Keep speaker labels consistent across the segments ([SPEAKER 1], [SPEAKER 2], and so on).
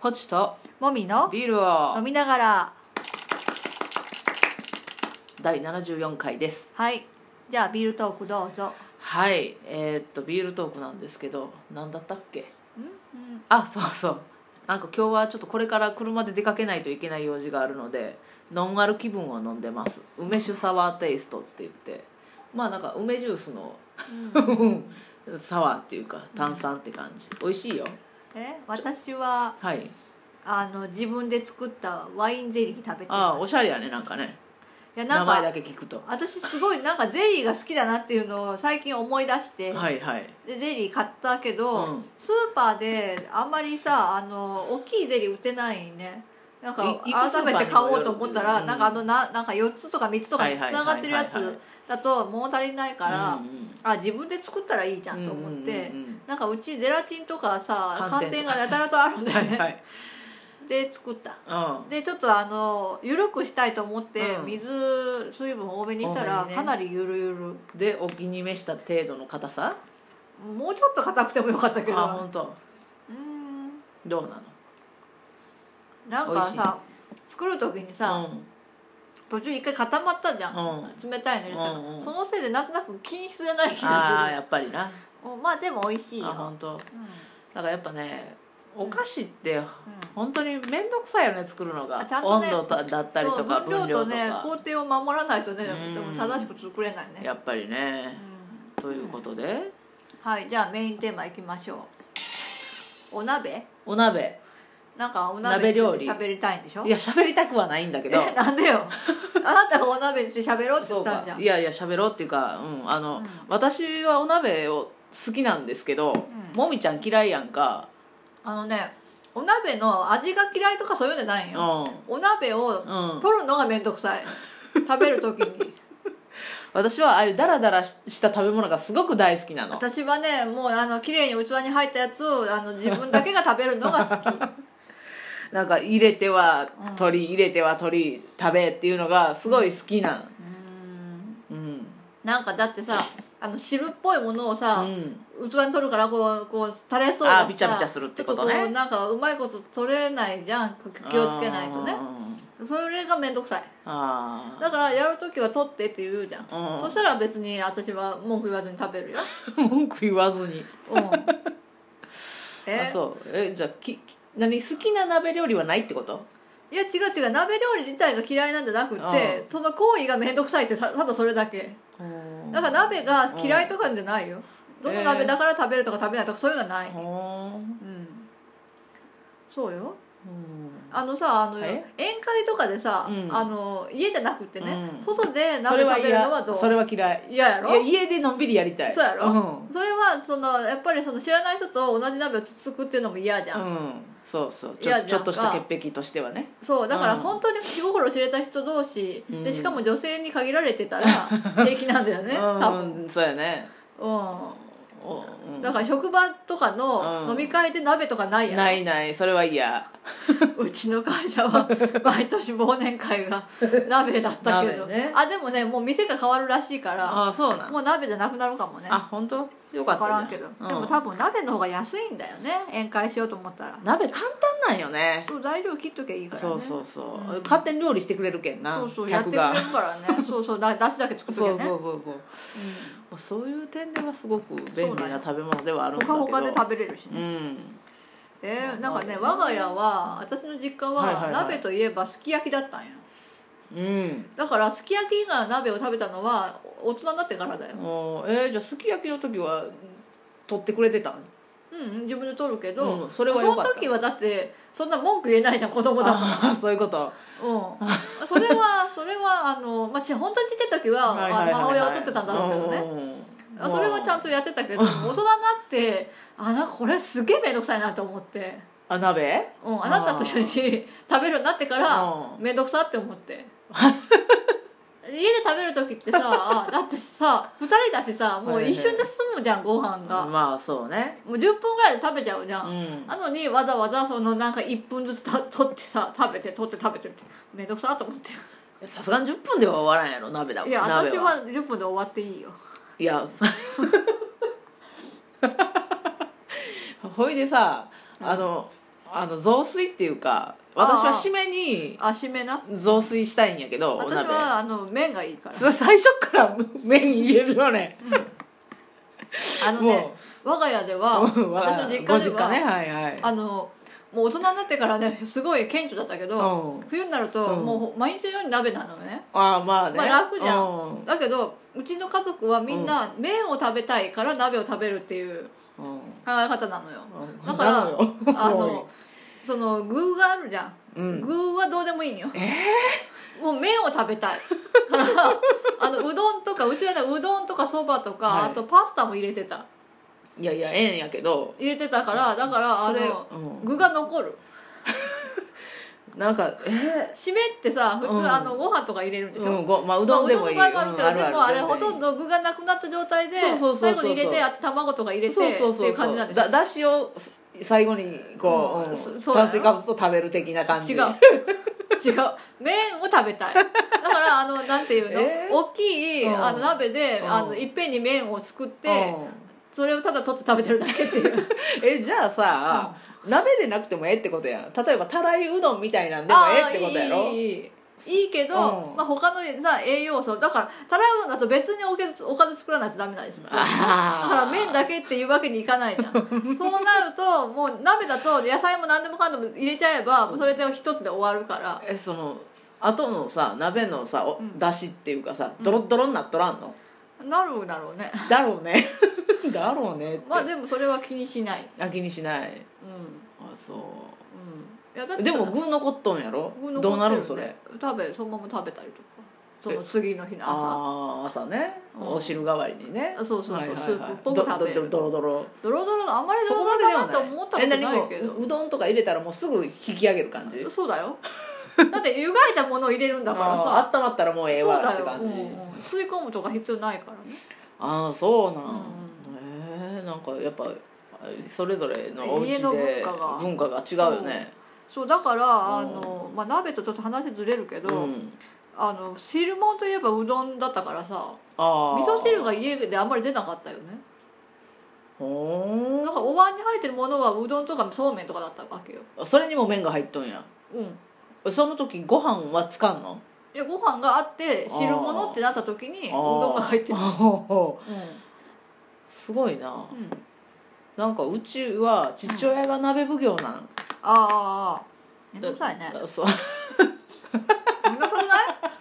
[SPEAKER 1] ポチと
[SPEAKER 2] もみの
[SPEAKER 1] ビール
[SPEAKER 2] 飲
[SPEAKER 1] を
[SPEAKER 2] みながら
[SPEAKER 1] 第74回です
[SPEAKER 2] はいじゃあビールトークどうぞ
[SPEAKER 1] はいえーっとビールトークなんですけど何だったっけ
[SPEAKER 2] んうん
[SPEAKER 1] あそうそうなんか今日はちょっとこれから車で出かけないといけない用事があるのでノンアル気分を飲んでます梅酒サワーテイストって言ってまあなんか梅ジュースの サワーっていうか炭酸って感じ、美味しいよ
[SPEAKER 2] え私は
[SPEAKER 1] はい
[SPEAKER 2] あの自分で作ったワインゼリー食べてる
[SPEAKER 1] ああおしゃれやねなんかね
[SPEAKER 2] いやな
[SPEAKER 1] 名
[SPEAKER 2] ん
[SPEAKER 1] 前だ
[SPEAKER 2] か
[SPEAKER 1] け聞くと
[SPEAKER 2] 私すごいなんかゼリーが好きだなっていうのを最近思い出して、
[SPEAKER 1] はいはい
[SPEAKER 2] でゼリー買ったけど、
[SPEAKER 1] うん
[SPEAKER 2] スーパーであんまりさあの大きいゼリー売ってないねなんか
[SPEAKER 1] いいくスーパー
[SPEAKER 2] 改
[SPEAKER 1] にも
[SPEAKER 2] めて買おうと思ったら、
[SPEAKER 1] よるけど
[SPEAKER 2] なんかあのななんか4つとか3つとか
[SPEAKER 1] は
[SPEAKER 2] つ
[SPEAKER 1] いはい
[SPEAKER 2] ながってるや
[SPEAKER 1] はいはいは
[SPEAKER 2] つ
[SPEAKER 1] い
[SPEAKER 2] だと物足りないから、
[SPEAKER 1] うんうん
[SPEAKER 2] あ自分で作ったらいいじゃんと思って、
[SPEAKER 1] うんうんうん
[SPEAKER 2] なんかうちゼラチンとかさ
[SPEAKER 1] 寒
[SPEAKER 2] 寒
[SPEAKER 1] 天
[SPEAKER 2] 天
[SPEAKER 1] とか
[SPEAKER 2] がやたらとあるんだ
[SPEAKER 1] は
[SPEAKER 2] よね
[SPEAKER 1] いはい
[SPEAKER 2] で作った
[SPEAKER 1] うん
[SPEAKER 2] でちょっとあの緩くしたいと思って、
[SPEAKER 1] うん
[SPEAKER 2] 水水分多めにした
[SPEAKER 1] 多
[SPEAKER 2] ら、
[SPEAKER 1] めにね
[SPEAKER 2] かなりゆるゆる
[SPEAKER 1] でお気に召した程度の硬さ
[SPEAKER 2] もうちょっと硬くてもよかったけど
[SPEAKER 1] あ本当
[SPEAKER 2] うん
[SPEAKER 1] どうな
[SPEAKER 2] なんかさ作る時にさ、
[SPEAKER 1] の
[SPEAKER 2] 途中一回固まったじゃん、
[SPEAKER 1] う
[SPEAKER 2] 冷たいの入れたら、
[SPEAKER 1] うんうん
[SPEAKER 2] そのせいでなんとなく均一じゃない気
[SPEAKER 1] うん、ああ
[SPEAKER 2] が
[SPEAKER 1] やっぱりな
[SPEAKER 2] するうんまあでも美味しい
[SPEAKER 1] あ
[SPEAKER 2] よ、
[SPEAKER 1] 本当
[SPEAKER 2] うんうん
[SPEAKER 1] だからやっぱねお菓子って本当に面倒くさいよね作るのが、
[SPEAKER 2] あちゃんとね
[SPEAKER 1] 温度だったり
[SPEAKER 2] そ
[SPEAKER 1] と
[SPEAKER 2] う
[SPEAKER 1] か分
[SPEAKER 2] 分量
[SPEAKER 1] 量
[SPEAKER 2] と
[SPEAKER 1] と
[SPEAKER 2] ね
[SPEAKER 1] か
[SPEAKER 2] 工程を守らないとね、
[SPEAKER 1] うん
[SPEAKER 2] でも正しく作れないね、
[SPEAKER 1] やっぱりね
[SPEAKER 2] う、ん
[SPEAKER 1] ということで、
[SPEAKER 2] はいじゃあメインテーマいきましょうお鍋
[SPEAKER 1] お鍋
[SPEAKER 2] なんかお
[SPEAKER 1] 鍋
[SPEAKER 2] 鍋につ
[SPEAKER 1] 料
[SPEAKER 2] い
[SPEAKER 1] 理
[SPEAKER 2] て喋りたいんでしょ
[SPEAKER 1] いや喋りたくはないんだけ ど
[SPEAKER 2] えなんでよあなたがお鍋について喋ろうって
[SPEAKER 1] そ
[SPEAKER 2] 言
[SPEAKER 1] う
[SPEAKER 2] ったんじゃ
[SPEAKER 1] か
[SPEAKER 2] ん
[SPEAKER 1] いやいや喋ろうっていうか、うんあの
[SPEAKER 2] うん
[SPEAKER 1] 私はお鍋を好きなんですけど、
[SPEAKER 2] ん
[SPEAKER 1] もみちゃん嫌いやんか、
[SPEAKER 2] あのねお鍋の味が嫌いとかそういうんじゃないん
[SPEAKER 1] う
[SPEAKER 2] よ、
[SPEAKER 1] ん、
[SPEAKER 2] お鍋を
[SPEAKER 1] うん
[SPEAKER 2] 取るのが面倒 くさい食べる時に
[SPEAKER 1] 私はああいうダラダラした食べ物がすごく大好きなの
[SPEAKER 2] 私はねもうあの綺麗に器に入ったやつをあの自分だけが食べるのが 好き
[SPEAKER 1] なんか入れては取り、入れては取り食べっていうのがすごい好きな
[SPEAKER 2] うん
[SPEAKER 1] うん、うん
[SPEAKER 2] なんかだってさあの汁っぽいものをさ、器に取るからこうこう垂れそう
[SPEAKER 1] あーびちゃびちゃするってことね
[SPEAKER 2] ちょっこうなんかうまいこと取れないじゃん気をつけないとねそれが面倒くさい
[SPEAKER 1] あー
[SPEAKER 2] だからやる時は取ってって言うじゃん、
[SPEAKER 1] うん
[SPEAKER 2] そしたら別に私は文句言わずに食 べるよ、
[SPEAKER 1] あー文句言わずに
[SPEAKER 2] うん、え
[SPEAKER 1] あそうえじゃあきき何好きな鍋料理はないってこと
[SPEAKER 2] いや違う違う鍋料理自体が嫌いなんじゃなくて、
[SPEAKER 1] うん
[SPEAKER 2] その行為が面倒くさいってたただそれだけだから鍋が嫌いとかじゃないよ、どの鍋だから食べるとか食べないとかそういうのはない、うん
[SPEAKER 1] ほーうん
[SPEAKER 2] そうよあのさあの宴
[SPEAKER 1] え
[SPEAKER 2] 会とかでさ、
[SPEAKER 1] うん
[SPEAKER 2] あの家じゃなくてね、
[SPEAKER 1] うん
[SPEAKER 2] 外で
[SPEAKER 1] そ
[SPEAKER 2] 鍋
[SPEAKER 1] れは
[SPEAKER 2] 食べるのはど
[SPEAKER 1] 嫌
[SPEAKER 2] う
[SPEAKER 1] それは嫌い
[SPEAKER 2] 嫌やろ
[SPEAKER 1] いや家でのんびりやりたい
[SPEAKER 2] そうやろ、
[SPEAKER 1] うん、
[SPEAKER 2] それはそのやっぱりその知らない人と同じ鍋をつくっていうのも嫌じゃん、
[SPEAKER 1] うん、そうそうち
[SPEAKER 2] 嫌
[SPEAKER 1] ょ
[SPEAKER 2] じゃ
[SPEAKER 1] ちょ
[SPEAKER 2] んか
[SPEAKER 1] っとした潔癖としてはね
[SPEAKER 2] そうだから
[SPEAKER 1] うん
[SPEAKER 2] 本当に気心知れた人同士、
[SPEAKER 1] うん
[SPEAKER 2] でしかも女性に限られ てたら平気なんだよね多分
[SPEAKER 1] うんそうやね
[SPEAKER 2] う
[SPEAKER 1] おうん
[SPEAKER 2] んだから職場とか
[SPEAKER 1] う
[SPEAKER 2] の
[SPEAKER 1] ん
[SPEAKER 2] 飲み会で鍋とかないやん、
[SPEAKER 1] ないないそれは嫌
[SPEAKER 2] うちの会社 は毎年忘年会が鍋だったけど、
[SPEAKER 1] 鍋ね
[SPEAKER 2] あでもねもう店が変わるらしいから
[SPEAKER 1] ああそうなん
[SPEAKER 2] もう鍋じゃなくなるかもね
[SPEAKER 1] あ本当よかった
[SPEAKER 2] 分からん
[SPEAKER 1] じ
[SPEAKER 2] け
[SPEAKER 1] ゃ
[SPEAKER 2] ど、
[SPEAKER 1] うん
[SPEAKER 2] でも多分鍋の方が安いんだよね宴会しようと思ったら
[SPEAKER 1] 鍋簡単なんよね
[SPEAKER 2] そう材料切っときゃいいからね
[SPEAKER 1] そうそうそう、
[SPEAKER 2] うん
[SPEAKER 1] 勝手に料理してくれるけんな
[SPEAKER 2] そうそうやって
[SPEAKER 1] 客
[SPEAKER 2] くれる
[SPEAKER 1] が
[SPEAKER 2] か らねそうそうだだしだけ作っと
[SPEAKER 1] そ
[SPEAKER 2] け
[SPEAKER 1] う
[SPEAKER 2] ね
[SPEAKER 1] そううんそうそうそういう点ではすごく便利な食べ物ではあるんだ
[SPEAKER 2] ほ
[SPEAKER 1] けど
[SPEAKER 2] かほかで食べれるし
[SPEAKER 1] う
[SPEAKER 2] ね、
[SPEAKER 1] ん
[SPEAKER 2] えーなんかね我が家は私の実家
[SPEAKER 1] はいはいは
[SPEAKER 2] はい鍋といえばすき焼きだったんや
[SPEAKER 1] うん
[SPEAKER 2] だからすき焼き以外の鍋を食べたのは大人になってからだよ
[SPEAKER 1] おーえー、じゃあすき焼きの時は取ってくれてたん
[SPEAKER 2] うんうん自分で取るけど、
[SPEAKER 1] うんそれはよかった
[SPEAKER 2] その時はだってそんな文句言えないじゃん子供だもん
[SPEAKER 1] あ ーそういうこと
[SPEAKER 2] うん、それは それはあの、まあ、ち本当にちっちゃい時は,、
[SPEAKER 1] はいはいはいはい
[SPEAKER 2] あの母親は取ってたんだろうけどね、
[SPEAKER 1] うん
[SPEAKER 2] あそれはちゃんとやってたけど大人になってあなんかこれすげえ面倒くさいなと思って、
[SPEAKER 1] あ鍋
[SPEAKER 2] うん、あなたと一緒に食べるようになってから
[SPEAKER 1] うん
[SPEAKER 2] 面倒くさって思って家で食べる時って さあだってさ2人だしさもう一瞬で済むじゃんご飯がも
[SPEAKER 1] まあそうね
[SPEAKER 2] う10分ぐらいで食べちゃうじゃ、
[SPEAKER 1] うんん
[SPEAKER 2] なのにわざわざそのなんか1分ずつた取ってさ食べて取って食べてって面倒くさと思って
[SPEAKER 1] さすがに10分では終わらんやろ鍋だ
[SPEAKER 2] いや
[SPEAKER 1] 鍋
[SPEAKER 2] 私は10分で終わっていいよ
[SPEAKER 1] いやそほいでさあの、あの雑炊っていうか私は締めに
[SPEAKER 2] あしめな
[SPEAKER 1] 雑炊したいんやけどお
[SPEAKER 2] 私
[SPEAKER 1] 鍋
[SPEAKER 2] はあの麺がいいから
[SPEAKER 1] それ最初から麺入れるよね
[SPEAKER 2] あのね
[SPEAKER 1] も
[SPEAKER 2] 我が家で
[SPEAKER 1] う
[SPEAKER 2] は
[SPEAKER 1] うんわ
[SPEAKER 2] 私の実
[SPEAKER 1] ご
[SPEAKER 2] 家で
[SPEAKER 1] 実
[SPEAKER 2] は
[SPEAKER 1] 家ねはいはい
[SPEAKER 2] あのもう大人になってからねすごい顕著だったけど、
[SPEAKER 1] うん
[SPEAKER 2] 冬になると
[SPEAKER 1] うん
[SPEAKER 2] もう毎日のように鍋なのね、
[SPEAKER 1] ああまあね
[SPEAKER 2] まあ楽じゃん
[SPEAKER 1] う
[SPEAKER 2] だけどうちの家族はみんな麺を食べたいから鍋を食べるっていう
[SPEAKER 1] うん
[SPEAKER 2] 考え方なのよだから
[SPEAKER 1] なのよ
[SPEAKER 2] あ
[SPEAKER 1] も
[SPEAKER 2] のその具があるじゃん、
[SPEAKER 1] ううん
[SPEAKER 2] 具はどうでもいいのよもう麺を食べ たいからあのうどんとかうちはねうどんとかそばとか、
[SPEAKER 1] はい
[SPEAKER 2] あとパスタも入れてた
[SPEAKER 1] いやいやええんやけど
[SPEAKER 2] 入れてたからだからあ
[SPEAKER 1] それ
[SPEAKER 2] の、
[SPEAKER 1] うん
[SPEAKER 2] 具が残る
[SPEAKER 1] なん かえ
[SPEAKER 2] 締めってさ普通、
[SPEAKER 1] うん
[SPEAKER 2] あのご飯とか入れるんでしょ、
[SPEAKER 1] うんごまあうどんでもいい
[SPEAKER 2] まあうどんの場合もある
[SPEAKER 1] う
[SPEAKER 2] けど、
[SPEAKER 1] ん
[SPEAKER 2] でもあれ
[SPEAKER 1] 全
[SPEAKER 2] ほ
[SPEAKER 1] 然いい
[SPEAKER 2] とんど具がなくなった状態で
[SPEAKER 1] そうそうそうそう
[SPEAKER 2] 最後に入れてあと卵とか入れて
[SPEAKER 1] そうそうそう
[SPEAKER 2] っていう感じなんで
[SPEAKER 1] だだしを最後にこう
[SPEAKER 2] う
[SPEAKER 1] んうん
[SPEAKER 2] そそうだよ
[SPEAKER 1] 炭水化物と食べる的な感じ
[SPEAKER 2] 違う違う麺を食べたいだからあのなんていうの、
[SPEAKER 1] えー
[SPEAKER 2] 大きい、
[SPEAKER 1] うん
[SPEAKER 2] あの鍋で、
[SPEAKER 1] うん
[SPEAKER 2] あのいっぺんに麺を作って、
[SPEAKER 1] うん
[SPEAKER 2] それをただ取って食べてるだけっていう
[SPEAKER 1] えじゃあさ、鍋でなくてもええってことやん例えばたらいうどんみたいなんでもええってことや
[SPEAKER 2] あ
[SPEAKER 1] ろ
[SPEAKER 2] ーいいいいいいいいけど、
[SPEAKER 1] うん
[SPEAKER 2] まあ、他のさ栄養素だからたらうどんだと別におけずおかず作らないとダメなんですよだか
[SPEAKER 1] あー
[SPEAKER 2] ら麺だけっていうわけにいかな いじゃんそうなるともう鍋だと野菜も何でもかんでも入れちゃえばもうそれで一つで終わるから
[SPEAKER 1] えその後のさ鍋のさお
[SPEAKER 2] うん
[SPEAKER 1] だしっていうかさドロッドロになっとらんの、
[SPEAKER 2] なるだろうね
[SPEAKER 1] だろうね だろうねって、
[SPEAKER 2] まあでもそれは気にしない
[SPEAKER 1] あ気にしない
[SPEAKER 2] うん
[SPEAKER 1] あそう
[SPEAKER 2] うんいやだって
[SPEAKER 1] で
[SPEAKER 2] さ
[SPEAKER 1] も具残っとんやろ
[SPEAKER 2] 僕残
[SPEAKER 1] どうなるん
[SPEAKER 2] って
[SPEAKER 1] そ
[SPEAKER 2] よ
[SPEAKER 1] れ
[SPEAKER 2] ね食べそのまま食べたりとかその次の日の朝
[SPEAKER 1] ああー朝ね、
[SPEAKER 2] うん
[SPEAKER 1] お汁代わりにね
[SPEAKER 2] あそうそうそうスープっぽく
[SPEAKER 1] ど
[SPEAKER 2] 食べる
[SPEAKER 1] どどドロドロ
[SPEAKER 2] ドロドロのあんまり
[SPEAKER 1] そ
[SPEAKER 2] ドロ
[SPEAKER 1] こま
[SPEAKER 2] ドロ
[SPEAKER 1] でで
[SPEAKER 2] だ
[SPEAKER 1] は
[SPEAKER 2] なと
[SPEAKER 1] ない
[SPEAKER 2] 思ったことないけ
[SPEAKER 1] え何
[SPEAKER 2] ど
[SPEAKER 1] もううどんとか入れたらもうすぐ引き上げる感じ
[SPEAKER 2] そうだ よだって湯がいたものを入れるんだから
[SPEAKER 1] あ
[SPEAKER 2] さ
[SPEAKER 1] ー温まったらもうええ
[SPEAKER 2] そう
[SPEAKER 1] わっ
[SPEAKER 2] だ
[SPEAKER 1] て
[SPEAKER 2] よ、
[SPEAKER 1] 感
[SPEAKER 2] う
[SPEAKER 1] じ、
[SPEAKER 2] んうん吸い込むとか必要ないからね
[SPEAKER 1] ああそうなん、
[SPEAKER 2] うん
[SPEAKER 1] えーなんかやっぱそれぞれのお家
[SPEAKER 2] 家
[SPEAKER 1] で
[SPEAKER 2] の文化が
[SPEAKER 1] 文化が違うよね
[SPEAKER 2] そうだから
[SPEAKER 1] ん
[SPEAKER 2] あの、まあ、鍋とちょっと話ずれるけど、
[SPEAKER 1] うん
[SPEAKER 2] あの汁物といえばうどんだったからさ
[SPEAKER 1] ああ
[SPEAKER 2] 味噌汁が家であんまり出なかったよね
[SPEAKER 1] ほ
[SPEAKER 2] なんかお椀に入ってるものはうどんとかそうめんとかだったわけよ
[SPEAKER 1] ーそれにも麺が入っとんや
[SPEAKER 2] うん
[SPEAKER 1] その時ご飯はつかんの
[SPEAKER 2] いやご飯があって汁物ってなった時にう
[SPEAKER 1] う
[SPEAKER 2] どんが入ってる
[SPEAKER 1] すごいな
[SPEAKER 2] うん、うん、
[SPEAKER 1] なんかうちは父親が鍋奉行なん
[SPEAKER 2] ああめんどくさいね
[SPEAKER 1] だそう
[SPEAKER 2] めんどくさくない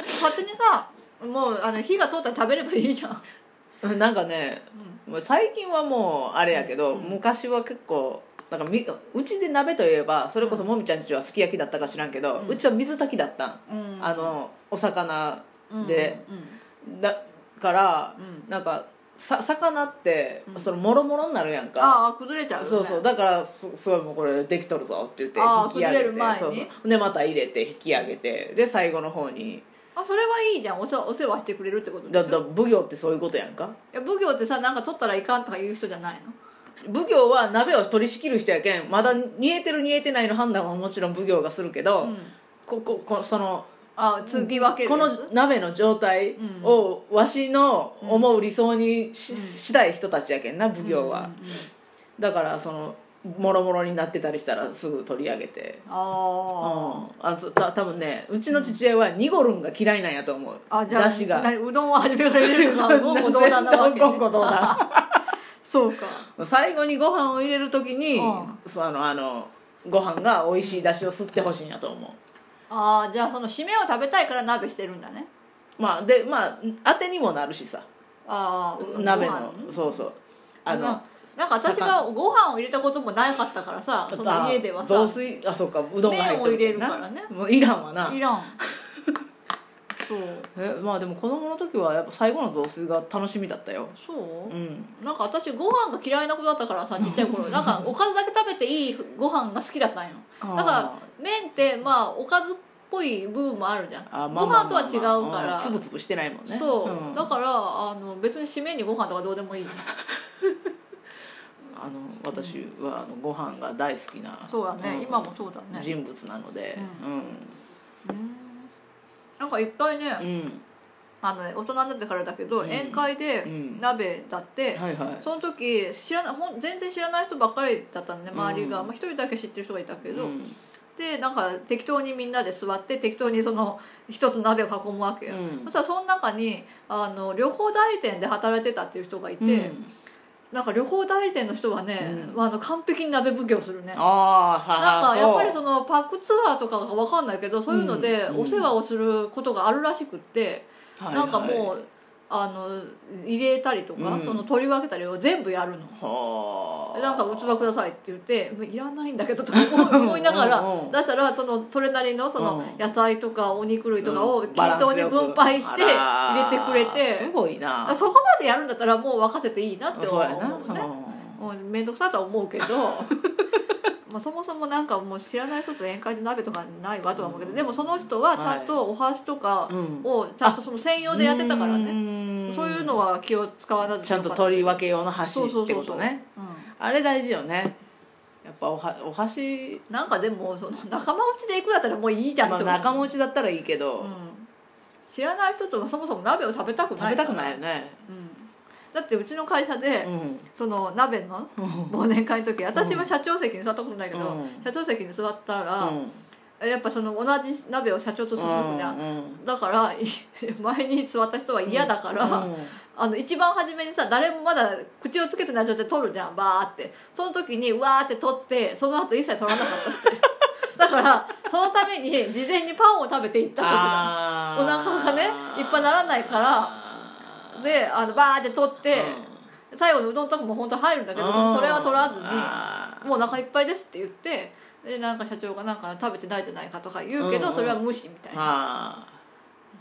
[SPEAKER 2] 勝手にさもうあの火が通ったら食べればいいじゃ ん、
[SPEAKER 1] なんかねもう最近はもうあれやけど、
[SPEAKER 2] うん
[SPEAKER 1] 昔は結構なんかみうちで鍋といえばそれこそもみちゃんちはすき焼きだったか知らんけど、
[SPEAKER 2] う
[SPEAKER 1] うんちは水炊きだったん、
[SPEAKER 2] うん
[SPEAKER 1] あのお魚
[SPEAKER 2] うん
[SPEAKER 1] で
[SPEAKER 2] うん
[SPEAKER 1] だから
[SPEAKER 2] うんうん
[SPEAKER 1] なんかさ魚って
[SPEAKER 2] うん
[SPEAKER 1] そのもろもろになるやんか、
[SPEAKER 2] ああ崩れちゃうよね
[SPEAKER 1] そうそうだからすすごいもうこれできとるぞって言って
[SPEAKER 2] あー
[SPEAKER 1] 引き上げて
[SPEAKER 2] 崩れる前に
[SPEAKER 1] そうそうでまた入れて引き上げてで最後の方に
[SPEAKER 2] あそれはいいじゃんおせお世話してくれるってことで
[SPEAKER 1] だ
[SPEAKER 2] し
[SPEAKER 1] だ
[SPEAKER 2] ょ
[SPEAKER 1] 奉行ってそういうことやんか
[SPEAKER 2] いや奉行ってさなんか取ったらいかんとか言う人じゃないの
[SPEAKER 1] 奉行は鍋を取り仕切る人やけんまだ煮えてる煮えてないの判断はもちろん奉行がするけど、
[SPEAKER 2] うん
[SPEAKER 1] こここその
[SPEAKER 2] あ継ぎ分ける
[SPEAKER 1] この
[SPEAKER 2] やつ
[SPEAKER 1] 鍋の状態をわしの思う理想にし,、したい人たちやけんな奉行は、
[SPEAKER 2] うんうん
[SPEAKER 1] だからそのもろもろになってたりしたらすぐ取り上げて、うん、
[SPEAKER 2] あ
[SPEAKER 1] あとた多分ねうちの父親は濁るんが嫌いなんやと思う、
[SPEAKER 2] ああじゃあ
[SPEAKER 1] 出汁が
[SPEAKER 2] なうどんは初めから入れるからもうどうだな わけ、ね、
[SPEAKER 1] 言語道断
[SPEAKER 2] そうか
[SPEAKER 1] 最後にご飯を入れる時に、
[SPEAKER 2] うん
[SPEAKER 1] そのあのご飯が美味しい出汁を吸ってほしいんやと思
[SPEAKER 2] ああじゃあその締めを食べたいから鍋してるんだね
[SPEAKER 1] うまあでまあ当てにもなるしさ
[SPEAKER 2] ああ
[SPEAKER 1] 鍋のそうそうあの
[SPEAKER 2] ななんか私がご飯を入れたこともなかったからさその家では
[SPEAKER 1] 雑
[SPEAKER 2] さ
[SPEAKER 1] 炊あそうかうどんが入って
[SPEAKER 2] 麺を入れるからね
[SPEAKER 1] もういらんわない
[SPEAKER 2] らんそう
[SPEAKER 1] えまあでも子供の時はやっぱ最後の雑炊が楽しみだったよ
[SPEAKER 2] そう
[SPEAKER 1] う、ん
[SPEAKER 2] なんか私ご飯が嫌いな子だったからさちっちゃい頃なんかおかずだけ食べていいご飯が好きだったんよ
[SPEAKER 1] あー
[SPEAKER 2] だから麺ってまあおかずっぽい部分もあるじゃん
[SPEAKER 1] あ
[SPEAKER 2] ご飯とは違うから、
[SPEAKER 1] つぶつぶしてないもんね
[SPEAKER 2] そう、
[SPEAKER 1] ん
[SPEAKER 2] だからあの別に締めにご飯とかどうでもいい
[SPEAKER 1] あの私はあのご飯が大好きな
[SPEAKER 2] そうだね、
[SPEAKER 1] ん
[SPEAKER 2] 今もそうだね
[SPEAKER 1] 人物なので
[SPEAKER 2] うんなんか一回ね、
[SPEAKER 1] うんうん
[SPEAKER 2] あのね大人になってからだけど、
[SPEAKER 1] うん
[SPEAKER 2] 宴会で
[SPEAKER 1] うん
[SPEAKER 2] 鍋だって、
[SPEAKER 1] はいはい
[SPEAKER 2] その時知らなほん全然知らない人ばっかりだったんで周りが
[SPEAKER 1] うん
[SPEAKER 2] まあ、一人だけ知ってる人がいたけど、
[SPEAKER 1] うん
[SPEAKER 2] でなんか適当にみんなで座って適当にその一つの鍋を囲むわけよ、
[SPEAKER 1] うん
[SPEAKER 2] そしたらその中にあの旅行代理店で働いてたっていう人がいて、
[SPEAKER 1] うん
[SPEAKER 2] なんか旅行代理店の人はね、
[SPEAKER 1] うん
[SPEAKER 2] まあ、あの完璧に鍋奉行するね
[SPEAKER 1] あーさ
[SPEAKER 2] なんかやっぱり
[SPEAKER 1] う
[SPEAKER 2] そのパックツアーとかが分かんないけどそういうので
[SPEAKER 1] うん
[SPEAKER 2] お世話をすることがあるらしくって、
[SPEAKER 1] はい
[SPEAKER 2] なんか
[SPEAKER 1] はい
[SPEAKER 2] もうあの入れたりとか、
[SPEAKER 1] うん
[SPEAKER 2] その取り分けたりを全部やるの。
[SPEAKER 1] はあ
[SPEAKER 2] なんか器くださいって言って「いらないんだけど」とか思いながら
[SPEAKER 1] うんうん
[SPEAKER 2] 出したらそのそれなりのその
[SPEAKER 1] うん
[SPEAKER 2] 野菜とかお肉類とかを
[SPEAKER 1] うん
[SPEAKER 2] 均等に分配して
[SPEAKER 1] バランスよく
[SPEAKER 2] 入れてくれ
[SPEAKER 1] あらーす
[SPEAKER 2] て
[SPEAKER 1] ごいな
[SPEAKER 2] そこまでやるんだったらもう任せていいなって
[SPEAKER 1] そう
[SPEAKER 2] 思
[SPEAKER 1] やな
[SPEAKER 2] うねもう面倒くさとは思うけど まあそもそもなんかもう知らない人と宴会で鍋とかないわとは思うけどでもその人はちゃんとお箸とか
[SPEAKER 1] うん
[SPEAKER 2] をちゃんとその専用でやってたからね
[SPEAKER 1] ね
[SPEAKER 2] そういうのは気を使わなくて
[SPEAKER 1] ちゃんと取り分け用の箸ってことね
[SPEAKER 2] け、うん
[SPEAKER 1] あれ大事よねやっぱおはお箸
[SPEAKER 2] なんかでもその仲間内で行くだったらもういいじゃん
[SPEAKER 1] まあ
[SPEAKER 2] って思う
[SPEAKER 1] 仲間内だったらいいけ
[SPEAKER 2] う
[SPEAKER 1] ど
[SPEAKER 2] ん、知らない人とはそもそも鍋を食べたく
[SPEAKER 1] 食
[SPEAKER 2] ない
[SPEAKER 1] べ
[SPEAKER 2] か
[SPEAKER 1] た
[SPEAKER 2] ら
[SPEAKER 1] くないよね
[SPEAKER 2] うん、だってうちの会社で、
[SPEAKER 1] うん
[SPEAKER 2] その鍋の忘年会の時私は社長席に座ったことないけど、
[SPEAKER 1] うん
[SPEAKER 2] 社長席に座ったら、
[SPEAKER 1] うん
[SPEAKER 2] やっぱその同じ鍋を社長と注ぐじゃん、
[SPEAKER 1] うん
[SPEAKER 2] だからい前に座った人は嫌だから、
[SPEAKER 1] うん
[SPEAKER 2] あの一番初めにさ誰もまだ口をつけてない状態で取るじゃんバーってその時にうわーって取ってその後一切取らなかったって だからそのために事前にパンを食べていったわ
[SPEAKER 1] あ
[SPEAKER 2] お腹がねいっぱいならない
[SPEAKER 1] から
[SPEAKER 2] けだであのバーって取って、最後のうどんとかも本当は入るんだけどそそれは取らずに「もうお腹いっぱいです」って言ってでなんか社長がなんか食べてないじゃないかとか言うけ
[SPEAKER 1] うん
[SPEAKER 2] ど、
[SPEAKER 1] うん
[SPEAKER 2] それは無視みたいな、
[SPEAKER 1] あ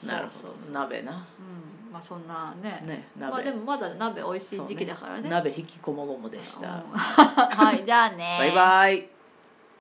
[SPEAKER 1] あなるほ
[SPEAKER 2] そうそう
[SPEAKER 1] ど鍋な
[SPEAKER 2] うん、まあそんなね
[SPEAKER 1] ね鍋、
[SPEAKER 2] まあでもまだ鍋美味しい時期だからね
[SPEAKER 1] 鍋引きこもごもでした、
[SPEAKER 2] うん はいじゃあね
[SPEAKER 1] バイバイ